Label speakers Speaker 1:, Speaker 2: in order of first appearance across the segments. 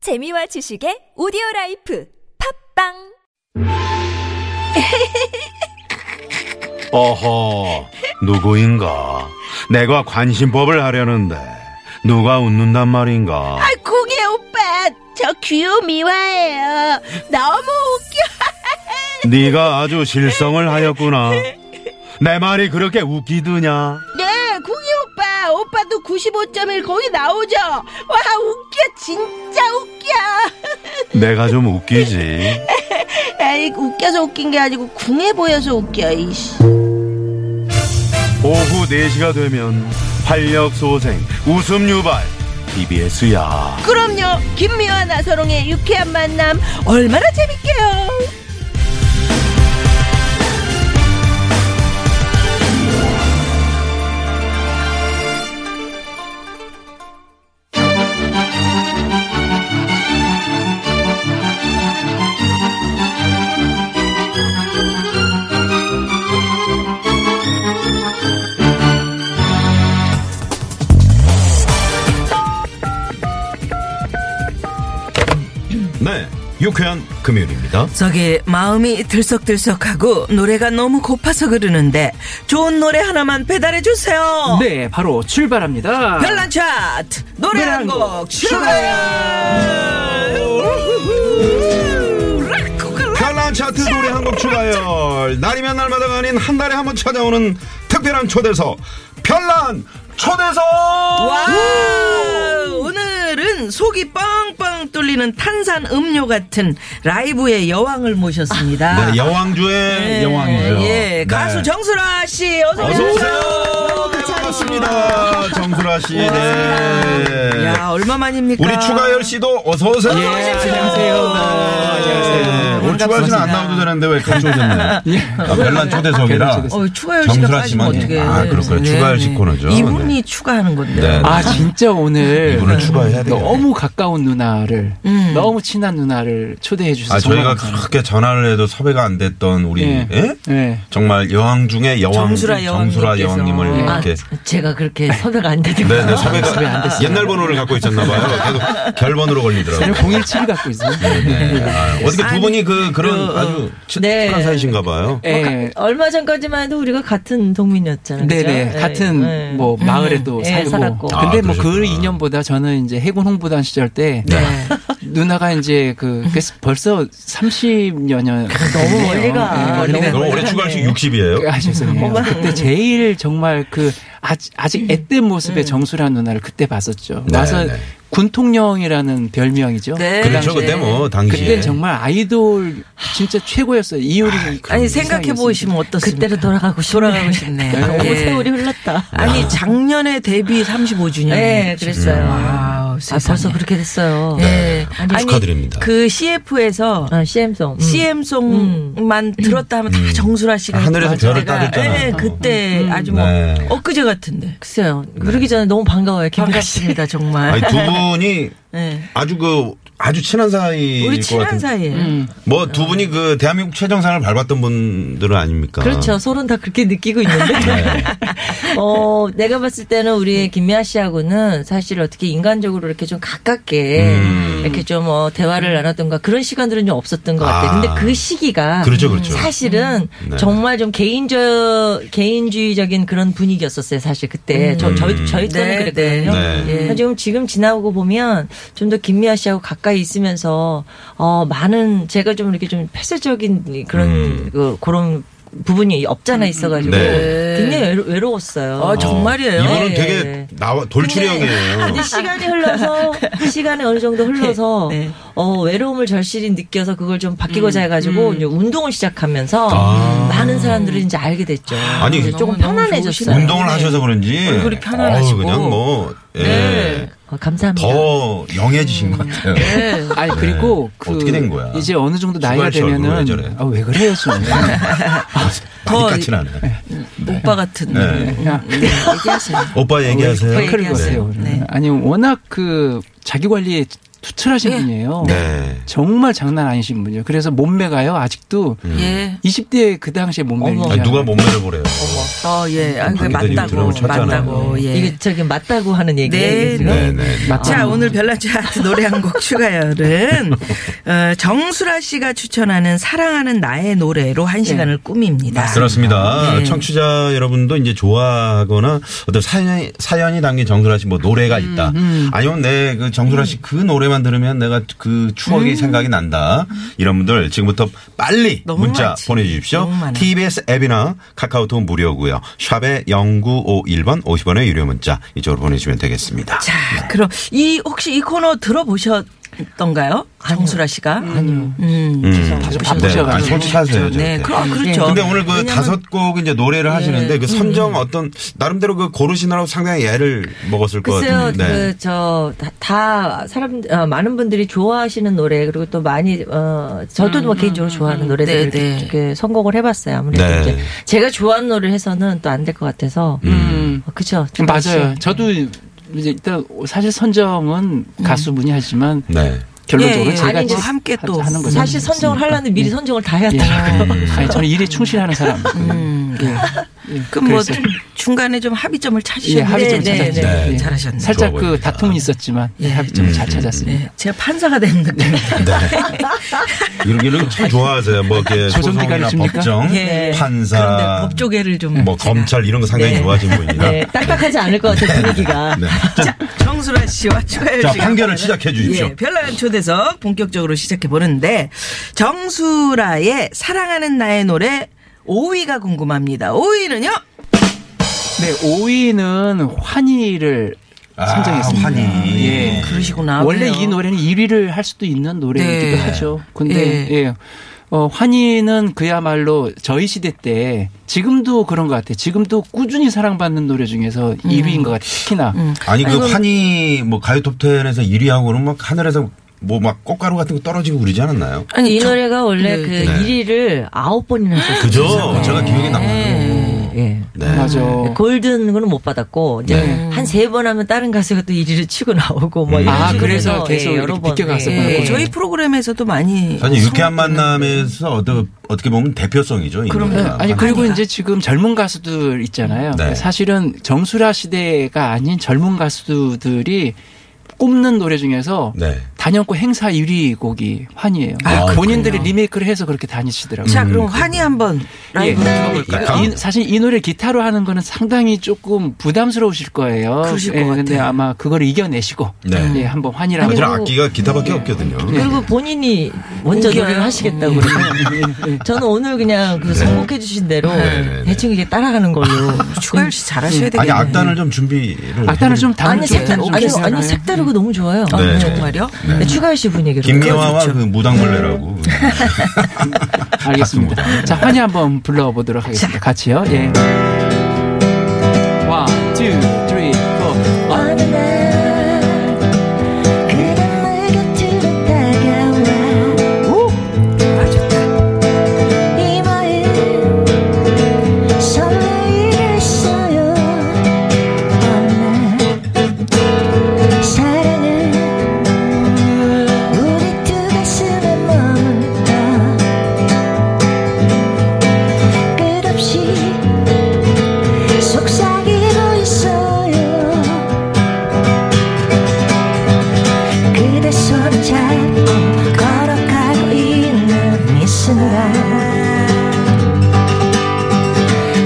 Speaker 1: 재미와 지식의 오디오 라이프 팝빵
Speaker 2: 어허, 누구인가? 내가 관심법을 하려는데 누가 웃는단 말인가?
Speaker 3: 아, 공예 오빠, 저 귀요 미화예요. 너무 웃겨.
Speaker 2: 네가 아주 실성을 하였구나. 내 말이 그렇게 웃기드냐?
Speaker 3: 네, 공예 오빠, 오빠도 95.1 거기 나오죠. 와, 웃겨, 진짜 웃겨.
Speaker 2: 내가 좀 웃기지.
Speaker 3: 에이, 웃겨서 웃긴 게 아니고 궁해 보여서 웃겨. 이씨.
Speaker 2: 오후 4시가 되면 활력 소생, 웃음 유발, TBS야.
Speaker 3: 그럼요, 김미화 나서롱의 유쾌한 만남 얼마나 재밌게요.
Speaker 2: 네, 유쾌한 금요일입니다.
Speaker 4: 저기 마음이 들썩들썩하고 노래가 너무 고파서 그러는데 좋은 노래 하나만 배달해 주세요.
Speaker 5: 네, 바로 출발합니다.
Speaker 4: 별난 차트 노래
Speaker 5: 노래
Speaker 6: 네,
Speaker 5: 한
Speaker 4: 한 곡
Speaker 5: 곡
Speaker 4: 출발.
Speaker 6: 별난 차트 노래 한 곡 추가열 날이면 날마다가 아닌 한 달에 한 번 찾아오는 특별한 초대석 별난 초대석
Speaker 4: 와 오늘은 속이 뻥뻥 뚫리는 탄산 음료 같은 라이브의 여왕을 모셨습니다.
Speaker 6: 네, 여왕주의 여왕이죠
Speaker 4: 예, 가수
Speaker 6: 네.
Speaker 4: 정수라 씨 어서
Speaker 6: 어서
Speaker 4: 오세요.
Speaker 6: 오세요 네, 반갑습니다 정수라 씨 네.
Speaker 4: 야 그러니까. 얼마만입니까?
Speaker 6: 우리 추가열 씨도 어서 오세요 네.
Speaker 5: 예,
Speaker 7: 어,
Speaker 5: 안녕하세요. 네. 안녕하세요.
Speaker 6: 오늘 추가열 씨는 안 나오도 되는데 왜 같이 오셨나요 아, 별난 초대석이라
Speaker 5: 별난
Speaker 4: 예. 어, 추가열 씨가
Speaker 6: 정수라
Speaker 4: 빠지면
Speaker 6: 씨만
Speaker 4: 어떻게?
Speaker 6: 아 그렇군요
Speaker 7: 네.
Speaker 6: 추가열 씨 코너죠
Speaker 4: 이분이
Speaker 6: 네.
Speaker 4: 추가하는 건데.
Speaker 6: 네.
Speaker 5: 아, 진짜 오늘
Speaker 6: 이분을 추가해야 돼요
Speaker 5: 너무 가까운 누나를, 너무 친한 누나를 초대해 주셔서
Speaker 6: 아, 저희가
Speaker 5: 정말 감사합니다.
Speaker 6: 그렇게 전화를 해도 섭외가 안 됐던 우리
Speaker 5: 예.
Speaker 6: 예?
Speaker 5: 예.
Speaker 6: 정말 여왕 중에 여왕
Speaker 4: 정수라
Speaker 6: 네. 정수라
Speaker 4: 여왕님께서.
Speaker 6: 여왕님을
Speaker 4: 네.
Speaker 7: 아,
Speaker 6: 이렇게
Speaker 7: 제가 그렇게 섭외가 안 되는
Speaker 6: 네, 네, 섭외가
Speaker 5: 섭외 아, 안 됐어요.
Speaker 6: 옛날 번호를 갖고 있었나 봐요. 계속 결번으로 걸리더라고요.
Speaker 5: 017이 갖고 있어요.
Speaker 6: 아, 어떻게 두
Speaker 4: 아니,
Speaker 6: 분이 그 그런
Speaker 4: 그,
Speaker 6: 아주 치,
Speaker 7: 네.
Speaker 6: 친한 사이신가 봐요.
Speaker 4: 뭐
Speaker 5: 예.
Speaker 7: 뭐 얼마 전전까지만 해도 우리가 같은 동민이었잖아요.
Speaker 5: 네네
Speaker 4: 예,
Speaker 7: 그죠?
Speaker 5: 같은
Speaker 7: 네.
Speaker 5: 뭐
Speaker 4: 음.
Speaker 5: 마을에도
Speaker 7: 예,
Speaker 5: 살고.
Speaker 7: 살았고.
Speaker 6: 아,
Speaker 5: 근데 뭐 그
Speaker 6: 그러셨구나.
Speaker 5: 인연보다 저는 이제 해군 홍보단 시절 때
Speaker 7: 네.
Speaker 5: 누나가 이제 그 그래서 벌써 30여 년
Speaker 7: 너무 멀리
Speaker 5: 예,
Speaker 7: 가.
Speaker 5: 멀리
Speaker 7: 너무
Speaker 5: 가요.
Speaker 6: 너무
Speaker 7: 멀리
Speaker 6: 올해
Speaker 7: 가네.
Speaker 6: 추가할 수 60이에요.
Speaker 5: 아, 죄송해요. 그때 제일 정말 그 아직,
Speaker 4: 음.
Speaker 5: 아직 앳된 모습의 정수란 누나를 그때 봤었죠.
Speaker 6: 네,
Speaker 5: 와서
Speaker 6: 네.
Speaker 5: 군통령이라는 별명이죠.
Speaker 4: 네.
Speaker 5: 그
Speaker 6: 그렇죠.
Speaker 5: 당시에.
Speaker 6: 그때 뭐
Speaker 5: 그때
Speaker 6: 당시에
Speaker 5: 정말 아이돌 진짜 최고였어요. 이효리 그
Speaker 4: 아니
Speaker 5: 이상이었어요.
Speaker 4: 생각해 보시면 어떻습니까?
Speaker 7: 그때로 돌아가고 싶
Speaker 4: 돌아가고 싶네.
Speaker 7: 너무
Speaker 4: 예.
Speaker 7: 세월이 흘렀다.
Speaker 4: 아니 작년에 데뷔 35주년.
Speaker 7: 네, 그랬어요.
Speaker 4: 와우,
Speaker 7: 아, 벌써 그렇게 됐어요.
Speaker 4: 네. 아니,
Speaker 6: 축하드립니다.
Speaker 4: 그 CF에서
Speaker 7: 아, CM송. 음.
Speaker 4: CM송만 들었다 하면 다 정수라 씨가
Speaker 6: 음. 하늘에서
Speaker 4: 있고
Speaker 6: 별을
Speaker 4: 제가,
Speaker 6: 따졌잖아요.
Speaker 4: 예, 그때 아주 뭐
Speaker 6: 네.
Speaker 4: 엊그제 같은데. 네.
Speaker 7: 글쎄요. 그러기 전에 너무 반가워요. 김미아 씨.
Speaker 4: 반갑습니다 정말.
Speaker 6: 아니, 두 분이
Speaker 4: 네.
Speaker 6: 아주 그 아주 친한 사이일
Speaker 4: 우리
Speaker 6: 것
Speaker 4: 친한
Speaker 6: 같은.
Speaker 4: 사이에. 어.
Speaker 6: 뭐 두 분이 그 대한민국 최정상을 밟았던 분들은 아닙니까? 네.
Speaker 7: 그렇죠. 서로는 다 그렇게 느끼고 있는데. 어, 내가 봤을 때는
Speaker 6: 음.
Speaker 7: 우리 김미아 씨하고는 사실 어떻게 인간적으로 이렇게 좀 가깝게
Speaker 6: 음.
Speaker 7: 이렇게 좀 어, 대화를 나눴던가 그런 시간들은 좀 없었던 것 같아요.
Speaker 6: 아.
Speaker 7: 근데 그 시기가
Speaker 6: 그렇죠, 그렇죠.
Speaker 7: 사실은
Speaker 6: 네.
Speaker 7: 정말 좀 개인적 개인주의적인 그런 분위기였었어요. 사실 그때 저, 저희 저희 때는
Speaker 4: 네,
Speaker 7: 그랬거든요.
Speaker 6: 음. 네.
Speaker 7: 예. 지금 지금 지나고 보면 좀 더 김미아 씨하고 가까이 있으면서 어 많은 제가 좀 이렇게 좀 폐쇄적인 그런
Speaker 6: 음.
Speaker 7: 그 그런 부분이 없잖아 있어가지고
Speaker 6: 네.
Speaker 7: 굉장히 외로, 외로웠어요.
Speaker 4: 아, 정말이에요. 예.
Speaker 6: 이분은
Speaker 7: 네.
Speaker 6: 되게 나와 돌출형이에요.
Speaker 7: 근데 시간이 흘러서 시간이 어느 정도 흘러서
Speaker 4: 네.
Speaker 7: 어, 외로움을 절실히 느껴서 그걸 좀 바뀌고자 해가지고 이제 운동을 시작하면서
Speaker 6: 음, 아.
Speaker 7: 많은 사람들을 이제 알게 됐죠.
Speaker 6: 아니,
Speaker 7: 이제 조금
Speaker 4: 너무너무
Speaker 7: 편안해졌어요.
Speaker 6: 운동을 하셔서 그런지
Speaker 4: 네. 얼굴이 편안하시고. 네.
Speaker 6: 어우, 그냥 뭐 예.
Speaker 7: 어, 감사합니다.
Speaker 6: 더 영해지신 것 같아요.
Speaker 5: 아니 그리고 그
Speaker 6: 네. 어떻게 된 거야?
Speaker 5: 이제 어느 정도 나이가
Speaker 6: 수발 씨 얼굴 왜
Speaker 5: 되면은
Speaker 6: 저래? 네.
Speaker 5: 아, 왜 그래요 지금?
Speaker 4: 더-
Speaker 6: 많이 까칠하네.
Speaker 4: 뭐 오빠 같은.
Speaker 6: 네.
Speaker 5: 그냥
Speaker 4: 얘기하세요.
Speaker 6: 오빠 얘기하세요.
Speaker 4: 왜
Speaker 5: 네.
Speaker 4: 그러세요?
Speaker 6: 네.
Speaker 4: 네.
Speaker 5: 아니 워낙 그 자기 관리에 투철하신 분이에요.
Speaker 6: 네.
Speaker 5: 정말 장난 아니신 분이에요. 그래서 몸매가요 아직도
Speaker 6: 음.
Speaker 4: 예.
Speaker 5: 20대 그 당시에 몸매를
Speaker 7: 어머.
Speaker 6: 아,
Speaker 5: 유지하는
Speaker 6: 누가 몸매를 보래요.
Speaker 4: 네. 어, 예. 아, 그
Speaker 6: 방귀들이
Speaker 4: 맞다고.
Speaker 6: 드럼을 쳤잖아요.
Speaker 4: 맞다고. 예.
Speaker 7: 이게 저기 맞다고 하는 얘기예요.
Speaker 4: 네,
Speaker 7: 이게 지금?
Speaker 6: 네, 네.
Speaker 4: 자, 오늘 별난 차트 노래 한 곡 추가열은 어, 정수라 씨가 추천하는 사랑하는 나의 노래로 한 시간을 꾸밉니다.
Speaker 6: 그렇습니다.
Speaker 4: 아, 네.
Speaker 6: 청취자 여러분도 이제 좋아하거나 어떤 사연이, 사연이 담긴 정수라 씨 뭐 노래가
Speaker 4: 음,
Speaker 6: 있다. 아니면 내 그 정수라 씨 그 노래만 들으면 내가 그 추억이 생각이 난다. 이런 분들 지금부터 빨리
Speaker 4: 음. 너무
Speaker 6: 문자
Speaker 4: 많지.
Speaker 6: 보내주십시오.
Speaker 4: 너무 많아.
Speaker 6: TBS 앱이나 카카오톡 무료고요. 샵에 0951번 50원의 유료 문자 이쪽으로 보내주시면 되겠습니다.
Speaker 4: 자, 그럼 이 혹시 이 코너 들어보셨던가요? 정수라 씨가? 아니요. 음.
Speaker 6: 음.
Speaker 5: 다시
Speaker 6: 네.
Speaker 5: 바쁘셔가지고.
Speaker 6: 아니, 솔직하세요. 저렇게.
Speaker 4: 네, 그럼 그렇죠.
Speaker 6: 근데 오늘 그
Speaker 4: 왜냐면 예. 음.
Speaker 6: 다섯 곡 이제 노래를 하시는데 그 선정 어떤 나름대로 그 고르시느라고 상당히 애를 먹었을 것
Speaker 7: 글쎄요,
Speaker 6: 같은데.
Speaker 7: 그 저 다 사람 어, 많은 분들이 좋아하시는 노래 그리고 또 많이 어 저도
Speaker 6: 음,
Speaker 7: 뭐 개인적으로 좋아하는 노래들
Speaker 4: 네,
Speaker 7: 이렇게,
Speaker 4: 네.
Speaker 7: 이렇게 선곡을 해봤어요. 아무래도
Speaker 6: 네.
Speaker 7: 이제 제가 좋아하는 노래를 해서는 또 안 될 것 같아서
Speaker 5: 음.
Speaker 7: 어, 그죠?
Speaker 5: 맞아요. 저도 이제 일단 사실 선정은 가수분이 하지만
Speaker 6: 음. 네.
Speaker 5: 결론적으로
Speaker 4: 예, 예.
Speaker 5: 제가
Speaker 4: 아니, 이제
Speaker 5: 하-
Speaker 4: 함께 또
Speaker 5: 하는 거죠. 음.
Speaker 7: 사실 선정을 하려면 미리 선정을 다 해야
Speaker 5: 예.
Speaker 7: 돼요.
Speaker 5: 아니, 저는 일에 충실하는 사람이거든요. 예.
Speaker 4: 그럼 뭐
Speaker 5: 그래서,
Speaker 4: 중간에 좀 합의점을
Speaker 5: 예,
Speaker 4: 찾으셨는데
Speaker 5: 합의 좀
Speaker 7: 네,
Speaker 5: 찾았죠.
Speaker 7: 네,
Speaker 6: 네.
Speaker 5: 예.
Speaker 4: 잘하셨네.
Speaker 6: 좋아
Speaker 5: 살짝 그
Speaker 6: 보입니다. 음.
Speaker 5: 다툼이 있었지만 예, 합의점을 잘 찾았습니다.
Speaker 4: 네, 제가 판사가 된 느낌.
Speaker 6: 이런 이런 참 좋아하세요. 뭐 이렇게
Speaker 5: 조정 기간이
Speaker 6: 소송이나
Speaker 5: 줍니까?
Speaker 6: 법정,
Speaker 4: 예. 그런데
Speaker 6: 판사,
Speaker 4: 법조계를 좀
Speaker 6: 뭐
Speaker 4: 제가.
Speaker 6: 검찰 이런 거 상당히
Speaker 4: 네.
Speaker 6: 좋아하시는
Speaker 5: 예.
Speaker 6: 분이라.
Speaker 7: 네, 딱딱하지 않을 것 같아요 분위기가.
Speaker 6: 네.
Speaker 4: 자, 정수라 씨와 추가열
Speaker 6: 자,
Speaker 4: 씨가
Speaker 6: 판결을
Speaker 4: 함께하는-
Speaker 6: 시작해 주십시오.
Speaker 4: 예, 별난 초대석 본격적으로 시작해 보는데 정수라의 사랑하는 나의 노래 5위가 궁금합니다. 5위는요?
Speaker 5: 네, 5위는 환희를
Speaker 6: 아,
Speaker 5: 선정했습니다.
Speaker 6: 환희.
Speaker 5: 예.
Speaker 4: 그러시구나.
Speaker 5: 원래
Speaker 4: 아, 그래요.
Speaker 5: 이 노래는 1위를 할 수도 있는 노래이기도
Speaker 4: 네.
Speaker 5: 하죠. 근데
Speaker 4: 예.
Speaker 5: 예. 어, 환희는 그야말로 저희 시대 때 지금도 그런 것 같아요. 지금도 꾸준히 사랑받는 노래 중에서 1위인
Speaker 4: 음.
Speaker 5: 것 같아요. 특히나
Speaker 6: 아니 그 환희 뭐 가요 톱텐에서 1위하고는 막 하늘에서 뭐 막 꽃가루 같은 거 떨어지고 그러지 않았나요?
Speaker 7: 이 노래가 원래 그
Speaker 6: 네.
Speaker 7: 1위를 아홉 번이나 했었어요.
Speaker 6: 그죠? 뭐 제가 기억에 남아요.
Speaker 4: 네.
Speaker 7: 예. 예.
Speaker 6: 네.
Speaker 5: 맞아. 그
Speaker 7: 골든 거는 못 받았고 이제
Speaker 6: 네.
Speaker 7: 한 세 번 하면 다른 가수가 또 1위를 치고 나오고
Speaker 6: 음.
Speaker 7: 뭐 이런
Speaker 5: 아,
Speaker 7: 식으로
Speaker 5: 그래서
Speaker 7: 해서,
Speaker 5: 계속
Speaker 7: 예, 여러
Speaker 5: 이렇게
Speaker 7: 번
Speaker 5: 비껴갔었구나.
Speaker 7: 예.
Speaker 4: 예,
Speaker 5: 네.
Speaker 4: 저희 프로그램에서도 많이
Speaker 6: 사실 유쾌한 만남에서 어떻게, 어떻게 보면 대표성이죠. 이
Speaker 4: 그럼요.
Speaker 6: 노래가.
Speaker 5: 아니 그리고 이제 지금 젊은 가수들 있잖아요.
Speaker 6: 네.
Speaker 5: 사실은 정수라 시대가 아닌 젊은 가수들이 꼽는 노래 중에서
Speaker 6: 네.
Speaker 5: 단연코 행사 1위 곡이 환희예요. 그러니까
Speaker 6: 아,
Speaker 5: 본인들이 리메이크를 해서 그렇게
Speaker 6: 음.
Speaker 5: 다니시더라고요.
Speaker 4: 자, 그럼 환희 한번 라이브
Speaker 5: 예.
Speaker 4: 들어볼까요?
Speaker 6: 약간-
Speaker 5: 이- 사실 이 노래 기타로 하는 거는 상당히 조금 부담스러우실 거예요.
Speaker 4: 그러실 것
Speaker 5: 예, 근데
Speaker 4: 같아요.
Speaker 5: 아마 그걸 이겨내시고
Speaker 6: 네.
Speaker 5: 예, 한번 환희랑
Speaker 6: 사실
Speaker 5: 한번
Speaker 6: 악기가 기타밖에
Speaker 5: 네.
Speaker 6: 없거든요.
Speaker 7: 그리고 본인이 먼저
Speaker 4: 웃겨요.
Speaker 7: 노래를 하시겠다고
Speaker 5: 아, 예, 네.
Speaker 7: 그러고 저는 오늘 그냥 그 선곡해 주신 대로
Speaker 6: 네, 네.
Speaker 7: 대충 이게 따라가는 걸로
Speaker 5: 아,
Speaker 4: 추가열 씨 잘하셔야
Speaker 6: 음. 아니
Speaker 4: 되겠네요.
Speaker 6: 악단을 좀 준비를.
Speaker 5: 악단을 좀 담을
Speaker 7: 아니
Speaker 5: 좀
Speaker 7: 색다 아니
Speaker 5: 해주시잖아요.
Speaker 7: 아니 색다르고 너무 좋아요.
Speaker 6: 네.
Speaker 7: 네.
Speaker 4: 정말요?
Speaker 7: 네, 추가열 씨 분위기로
Speaker 5: 그렇죠.
Speaker 6: 김미화와 그 무당벌레라고.
Speaker 5: 알겠습니다. 네. 자, 환희 한번 불러보도록 하겠습니다. 같이요. 예. 원, 투, 쓰리, 포.
Speaker 8: 어느 날 그가 내 곁으로
Speaker 4: 아,
Speaker 8: 다가와 이 마음 설레이겠어요 어느 날 사랑은 우리 두 가슴에 머물러 끝없이 속삭이고 있어요 그대 손잡고 걸어가고 있는 이 순간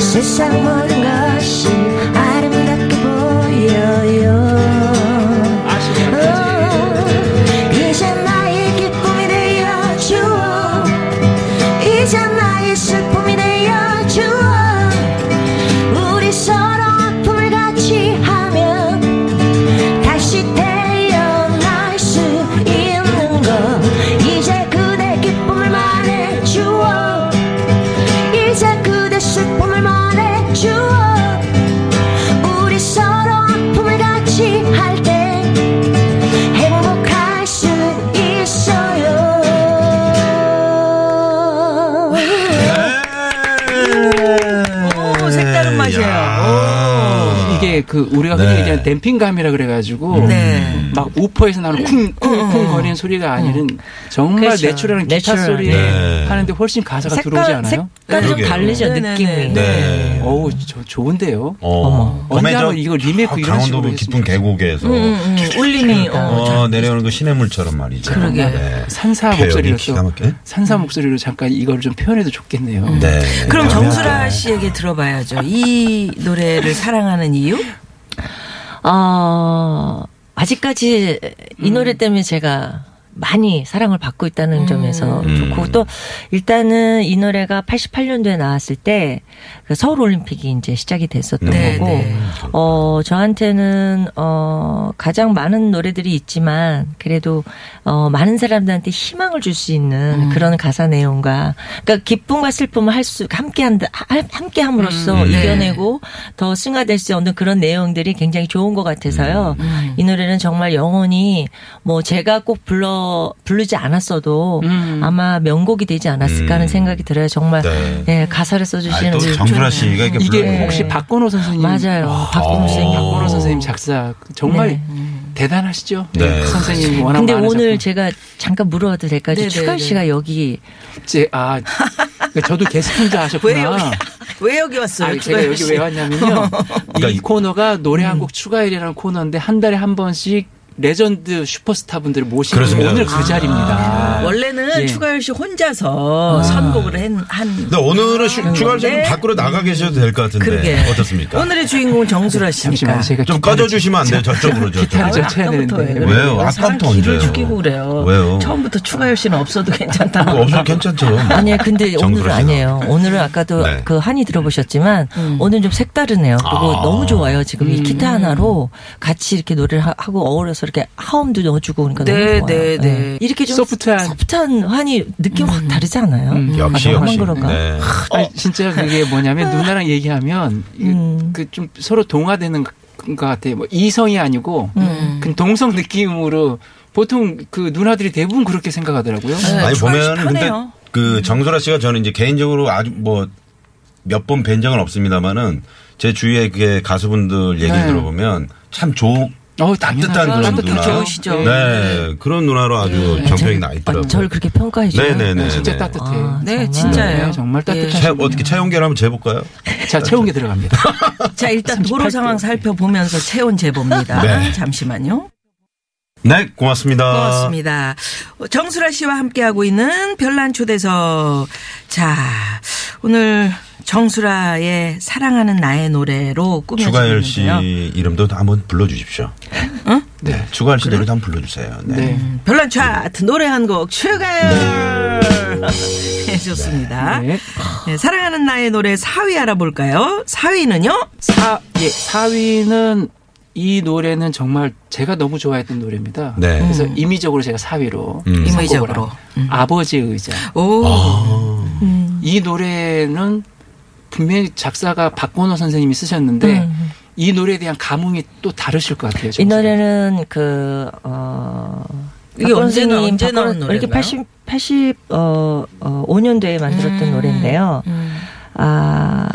Speaker 8: 세상 모든 것이 아름답게 보여요 오, 이제 나의 기쁨이 되어주어 이제 나의 슬픔이 되어주어 우리 서로 아픔을 같이 하면 다시 태어날 수 있는 것 이제 그대 기쁨을 말해주어 이제 그대 슬픔을 말해주어
Speaker 5: 네.
Speaker 6: 네.
Speaker 5: 그 우리가 흔히
Speaker 6: 어. 네. 음.
Speaker 5: 얘기하는 댐핑감이라 그래가지고
Speaker 4: 네.
Speaker 5: 막 우퍼에서 나는 쿵쿵쿵 거리는 소리가 아니는 정말
Speaker 7: 음, 그렇죠.
Speaker 5: 내추럴한 기타
Speaker 7: 내추럴한.
Speaker 5: 소리
Speaker 6: 네.
Speaker 5: 하는데 훨씬 가사가 들어오지
Speaker 7: 색깔,
Speaker 5: 않아요?
Speaker 7: 색깔 좀
Speaker 6: 그 그러게요.
Speaker 7: 다르죠,
Speaker 4: 네네네.
Speaker 7: 느낌이.
Speaker 6: 네.
Speaker 5: 어우 저, 좋은데요.
Speaker 6: 어.
Speaker 5: 언제 한번 이거 리메이크 이런
Speaker 6: 강원도
Speaker 5: 식으로
Speaker 6: 그 깊은
Speaker 5: 했으면 음,
Speaker 6: 계곡에서
Speaker 4: 울림이
Speaker 5: 그러니까.
Speaker 4: 어.
Speaker 6: 어, 내려오는 그 시냇물처럼 말이죠.
Speaker 4: 그러게.
Speaker 6: 네.
Speaker 5: 산사
Speaker 6: 배역이
Speaker 5: 목소리로
Speaker 6: 기가
Speaker 5: 또 음.
Speaker 6: 막혀.
Speaker 5: 산사
Speaker 7: 음.
Speaker 5: 목소리로 잠깐 이걸 좀 표현해도 좋겠네요.
Speaker 6: 네.
Speaker 4: 그럼
Speaker 6: 네.
Speaker 4: 정수라 씨에게 들어봐야죠. 이 노래를 사랑하는 이유?
Speaker 7: 어, 아직까지 이 노래 때문에 제가 많이 사랑을 받고 있다는 점에서
Speaker 6: 음.
Speaker 7: 좋고 또 일단은 이 노래가 88년도에 나왔을 때그 서울 올림픽이 이제 시작이 됐었던
Speaker 4: 네,
Speaker 7: 거고
Speaker 4: 네.
Speaker 7: 어 저한테는 어 가장 많은 노래들이 있지만 그래도 어 많은 사람들한테 희망을 줄 수 있는 그런 가사 내용과 그러니까 기쁨과 슬픔을 할 수 함께 한다 함께 함으로써
Speaker 6: 음. 네.
Speaker 7: 이겨내고 더 승화될 수 없는 그런 내용들이 굉장히 좋은 것 같아서요.
Speaker 4: 음,
Speaker 7: 이 노래는 정말 영원히 뭐 제가 꼭 불러 부르지 않았어도
Speaker 4: 음.
Speaker 7: 아마 명곡이 되지 않았을까 하는 생각이 들어요. 정말
Speaker 6: 네.
Speaker 7: 예, 가사를
Speaker 6: 아,
Speaker 7: 써주시는
Speaker 6: 또
Speaker 7: 우리
Speaker 6: 정수라 씨가 이렇게
Speaker 5: 그 이게
Speaker 6: 불러요.
Speaker 5: 혹시 박건호 선생님
Speaker 7: 네. 맞아요. 박건호 선생님.
Speaker 6: 어.
Speaker 5: 박건호 선생님 작사 정말 대단하시죠.
Speaker 6: 네.
Speaker 5: 선생님 워낙
Speaker 7: 근데
Speaker 5: 많으셨고.
Speaker 7: 오늘 제가 잠깐 물어봐도 될까요?
Speaker 4: 네네네.
Speaker 7: 추가 씨가 여기
Speaker 5: 제, 아 그러니까 저도 게스트인줄
Speaker 4: 왜 여기
Speaker 5: 아셨구나.
Speaker 4: 왜 여기 왔어요? 주가열
Speaker 5: 아, 제가 여기
Speaker 4: 씨?
Speaker 5: 왜 왔냐면요.
Speaker 6: 그러니까
Speaker 5: 이
Speaker 6: 이-
Speaker 5: 코너가 노래 한 곡 추가일이라는 코너인데 한 달에 한 번씩 레전드 슈퍼스타분들을 모시는
Speaker 6: 그렇습니다. 아, 네.
Speaker 5: 오늘 그 자리입니다.
Speaker 4: 원래는
Speaker 5: 예. 아.
Speaker 4: 추가열 씨 혼자서 선곡을 한, 한
Speaker 6: 근데 오늘은
Speaker 5: 음.
Speaker 6: 슈- 추가로 지금
Speaker 4: 네.
Speaker 6: 밖으로 나가 계셔도 될 것 같은데
Speaker 4: 그러게.
Speaker 6: 어떻습니까?
Speaker 4: 오늘의 주인공 정수라 씨니까.
Speaker 5: 잠시만 제가
Speaker 6: 좀
Speaker 5: 기타를
Speaker 6: 꺼져 주시면 안 돼요? 저쪽으로 저
Speaker 5: 기타를 좀
Speaker 6: 쪽
Speaker 5: 쳐야 되는데.
Speaker 6: 그래요? 왜요? 아까부터
Speaker 4: 길을
Speaker 6: 언제요?
Speaker 4: 죽이고 그래요.
Speaker 6: 왜요?
Speaker 4: 처음부터 추가열 씨는 없어도 괜찮다고.
Speaker 7: 아,
Speaker 6: 없어 괜찮죠.
Speaker 7: 아니에요. 근데 오늘은
Speaker 6: 정수라 씨가.
Speaker 7: 아니에요. 오늘은 아까도
Speaker 6: 네.
Speaker 7: 그 한이 들어보셨지만
Speaker 4: 음.
Speaker 7: 오늘 좀 색다르네요. 그리고
Speaker 6: 아.
Speaker 7: 너무 좋아요. 지금 이 기타 하나로 같이 이렇게 노래를 하- 하고 어우러서 이렇게 하음도 넣어주고 그러니까
Speaker 4: 네,
Speaker 7: 너무 좋아요.
Speaker 4: 네, 음. 네.
Speaker 7: 이렇게 좀
Speaker 5: 소프트한.
Speaker 7: 소프트한 한이 느낌 확 다르지 않아요?
Speaker 6: 역시
Speaker 7: 아,
Speaker 6: 역시.
Speaker 7: 정말 그런가?
Speaker 6: 네.
Speaker 5: 아니, 진짜 그게 뭐냐면 누나랑 얘기하면 그 좀 서로 동화되는 것 같아요. 뭐 이성이 아니고 그 동성 느낌으로 보통 그 누나들이 대부분 그렇게 생각하더라고요.
Speaker 6: 아니 보면 근데
Speaker 4: 편해요.
Speaker 6: 그 정소라 씨가 저는 이제 개인적으로 아주 뭐 몇 번 뵌 적은 없습니다만은 제 주위에 그게 가수분들 얘기
Speaker 5: 네.
Speaker 6: 를 들어보면 참 좋.
Speaker 5: 어,
Speaker 6: 따뜻한
Speaker 5: 당연하죠.
Speaker 6: 그런
Speaker 4: 또
Speaker 6: 누나.
Speaker 4: 좋으시죠.
Speaker 5: 예.
Speaker 6: 네, 그런 누나로 아주 정평이 나
Speaker 7: 아,
Speaker 6: 있더라고요.
Speaker 7: 저를 그렇게 평가해 주세요.
Speaker 6: 네네네.
Speaker 5: 진짜
Speaker 6: 네.
Speaker 5: 따뜻해.
Speaker 7: 아,
Speaker 4: 네,
Speaker 7: 정말.
Speaker 4: 진짜예요.
Speaker 5: 네, 정말 따뜻하신
Speaker 6: 채- 어떻게 차용계를 한번 재볼까요?
Speaker 5: 자, 채운 게 들어갑니다.
Speaker 4: 자, 일단 도로
Speaker 5: 38
Speaker 4: 상황
Speaker 5: 도.
Speaker 4: 살펴보면서 체온 재봅니다.
Speaker 6: 네.
Speaker 4: 잠시만요.
Speaker 6: 네, 고맙습니다.
Speaker 4: 고맙습니다. 정수라 씨와 함께하고 있는 별난 초대석. 자, 오늘 정수라의 사랑하는 나의 노래로
Speaker 6: 추가열 씨
Speaker 4: 꾸며주는데요.
Speaker 6: 이름도 한번 불러주십시오. 네, 추가열 씨 노래도 한번 불러주세요. 네.
Speaker 5: 네.
Speaker 4: 별난 차트 노래 한 곡 추가열. 네, 좋습니다.
Speaker 5: 네.
Speaker 4: 네, 사랑하는 나의 노래 4위 알아볼까요? 4위는요?
Speaker 5: 사, 예, 4위는 이 노래는 정말 제가 너무 좋아했던 노래입니다.
Speaker 6: 네.
Speaker 5: 그래서 임의적으로 제가 4위로
Speaker 6: 음.
Speaker 4: 임의적으로.
Speaker 5: 아버지의 의자.
Speaker 4: 오.
Speaker 6: 어,
Speaker 5: 이 노래는 분명히 작사가 박건호 선생님이 쓰셨는데 이 노래에 대한 감흥이 또 다르실 것 같아요.
Speaker 7: 이
Speaker 5: 정말.
Speaker 7: 노래는 그, 어,
Speaker 4: 이게 언제나- 언제 나온
Speaker 7: 이렇게
Speaker 4: 노래인가요?
Speaker 7: 80, 80, 어, 어,
Speaker 4: 음,
Speaker 7: 5년도에 만들었던 노래인데요. 아,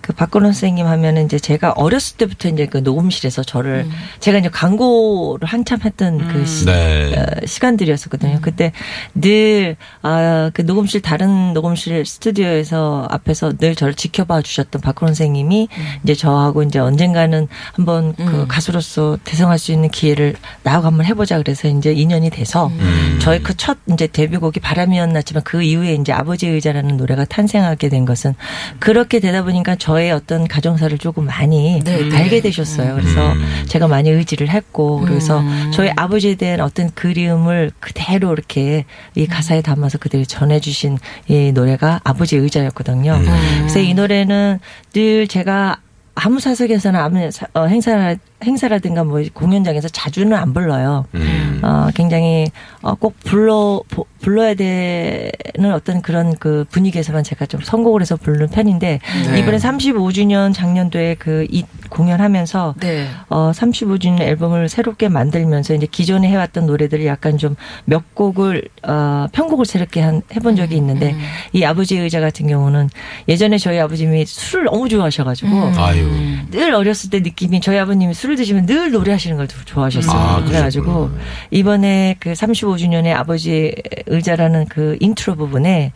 Speaker 7: 그 박건호 선생님 하면은 이제 제가 어렸을 때부터 이제 그 녹음실에서 저를 제가 이제 광고를 한참 했던
Speaker 4: 음.
Speaker 7: 그 시,
Speaker 6: 네.
Speaker 7: 어, 시간들이었었거든요. 그때 늘, 아, 그 녹음실, 다른 녹음실 스튜디오에서 앞에서 늘 저를 지켜봐 주셨던 박훈 선생님이 이제 저하고 이제 언젠가는 한번 그 가수로서 대성할 수 있는 기회를 나하고 한번 해보자 그래서 이제 인연이 돼서 저의 그 첫 이제 데뷔곡이 바람이었나지만 그 이후에 이제 아버지의 의자라는 노래가 탄생하게 된 것은 그렇게 되다 보니까 저의 어떤 가정사를 조금 많이 알게 되셨어요. 그래서 제가 많이 의지를 했고 그래서 저희 아버지에 대한 어떤 그리움을 그대로 이렇게 이 가사에 담아서 그대로 전해주신 이 노래가 아버지의 의자였거든요. 그래서 이 노래는 늘 제가 아무 사석에서나 아무 사- 어, 행사나 행사라든가 뭐 공연장에서 자주는 안 불러요.
Speaker 6: 음.
Speaker 7: 어, 굉장히 어, 꼭 불러 보- 불러야 되는 어떤 그런 그 분위기에서만 제가 좀 선곡을 해서 부르는 편인데
Speaker 5: 네.
Speaker 7: 이번에 35주년 작년도에 그 이 공연하면서
Speaker 4: 네.
Speaker 7: 어, 35주년 앨범을 새롭게 만들면서 이제 기존에 해왔던 노래들을 약간 좀 몇 곡을 어, 편곡을 새롭게 한, 해본 적이 있는데 이 아버지의 의자 같은 경우는 예전에 저희 아버님이 술을 너무 좋아하셔가지고
Speaker 6: 아유.
Speaker 7: 늘 어렸을 때 느낌이 저희 아버님이 술을 드시면 늘 노래하시는 걸 좋아하셨어요.
Speaker 6: 아,
Speaker 7: 그래가지고
Speaker 6: 그러셨구나.
Speaker 7: 이번에 그 35주년에 아버지 의자라는 그 인트로 부분에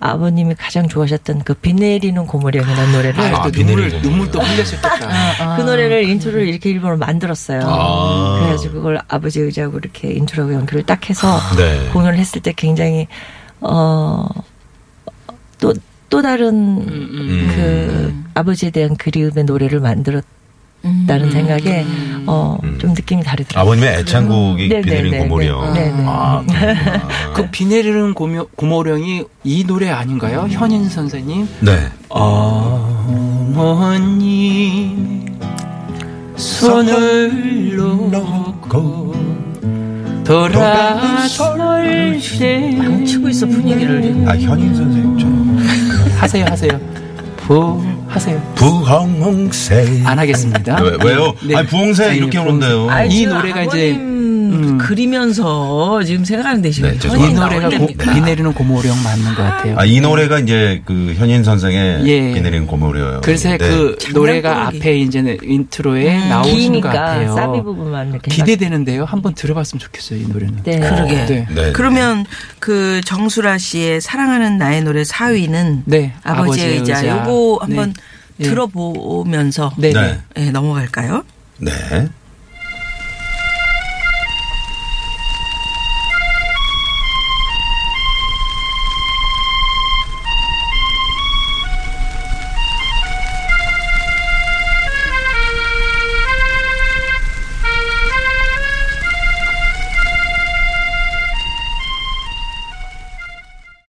Speaker 7: 아버님이 가장 좋아하셨던 그 비 내리는 고무령이라는 노래를
Speaker 5: 그래,
Speaker 6: 아,
Speaker 5: 또
Speaker 6: 비
Speaker 5: 눈물
Speaker 6: 내리고.
Speaker 5: 눈물 또 흘렸었겠다.
Speaker 7: 그 노래를 인트로를 이렇게 일본어로 만들었어요.
Speaker 6: 아.
Speaker 7: 그래가지고 그걸 아버지 의자하고 이렇게 인트로하고 연결을 딱 해서
Speaker 6: 네.
Speaker 7: 공연을 했을 때 굉장히 어. 또, 또 다른
Speaker 5: 음,
Speaker 6: 음.
Speaker 7: 그 아버지에 대한 그리움의 노래를 만들었다는 생각에 어,
Speaker 5: 음.
Speaker 7: 좀 느낌이 다르더라고요.
Speaker 6: 아버님의 애창곡이
Speaker 7: 네, 네,
Speaker 6: 비내린
Speaker 7: 네,
Speaker 6: 고모령.
Speaker 7: 네, 네.
Speaker 6: 아, 그렇구나.
Speaker 5: 그 비 내리는 고모, 고모령이 이 노래 아닌가요? 현인 선생님.
Speaker 6: 네.
Speaker 5: 어머님 손을 놓고 돌아설 때
Speaker 4: 망치고 있어 분위기를.
Speaker 6: 아, 현인 선생님처럼.
Speaker 5: 하세요 하세요 부 하세요
Speaker 6: 부흥홍세.
Speaker 5: 안 하겠습니다
Speaker 6: 왜, 왜요?
Speaker 5: 네.
Speaker 6: 아니, 부흥세
Speaker 5: 아니,
Speaker 6: 이렇게
Speaker 5: 부흥세.
Speaker 6: 오는데요.
Speaker 5: 아이,
Speaker 4: 아니,
Speaker 5: 이
Speaker 4: 지금
Speaker 5: 노래가 이제,
Speaker 4: 그 아버님
Speaker 5: 음.
Speaker 4: 그리면서 지금 생각하는데 지금
Speaker 6: 네,
Speaker 5: 이
Speaker 6: 죄송합니다.
Speaker 4: 현이
Speaker 5: 노래가 고,
Speaker 4: 나올랍니다.
Speaker 5: 비 내리는 고모령 맞는 것 같아요
Speaker 6: 아, 이 노래가 이제 그 현인 선생의
Speaker 5: 예.
Speaker 6: 비내린 고모령.
Speaker 5: 그래서 그 노래가
Speaker 4: 장난꾸러기.
Speaker 5: 앞에 이제는 인트로에 나오는 것
Speaker 7: 기니까
Speaker 5: 같아요
Speaker 7: 사비 부분만 이렇게
Speaker 5: 기대되는데요 한번 들어봤으면 좋겠어요 이 노래는
Speaker 7: 네.
Speaker 4: 그러게.
Speaker 5: 네.
Speaker 6: 네.
Speaker 4: 그러면 그 정수라 씨의 사랑하는 나의 노래 4위는
Speaker 5: 네,
Speaker 4: 음. 아버지의
Speaker 5: 아버지의
Speaker 4: 의자.
Speaker 5: 의자.
Speaker 4: 요거
Speaker 5: 네.
Speaker 4: 한번
Speaker 5: 예.
Speaker 4: 들어보면서
Speaker 5: 네.
Speaker 6: 네.
Speaker 4: 예, 넘어갈까요?
Speaker 6: 네.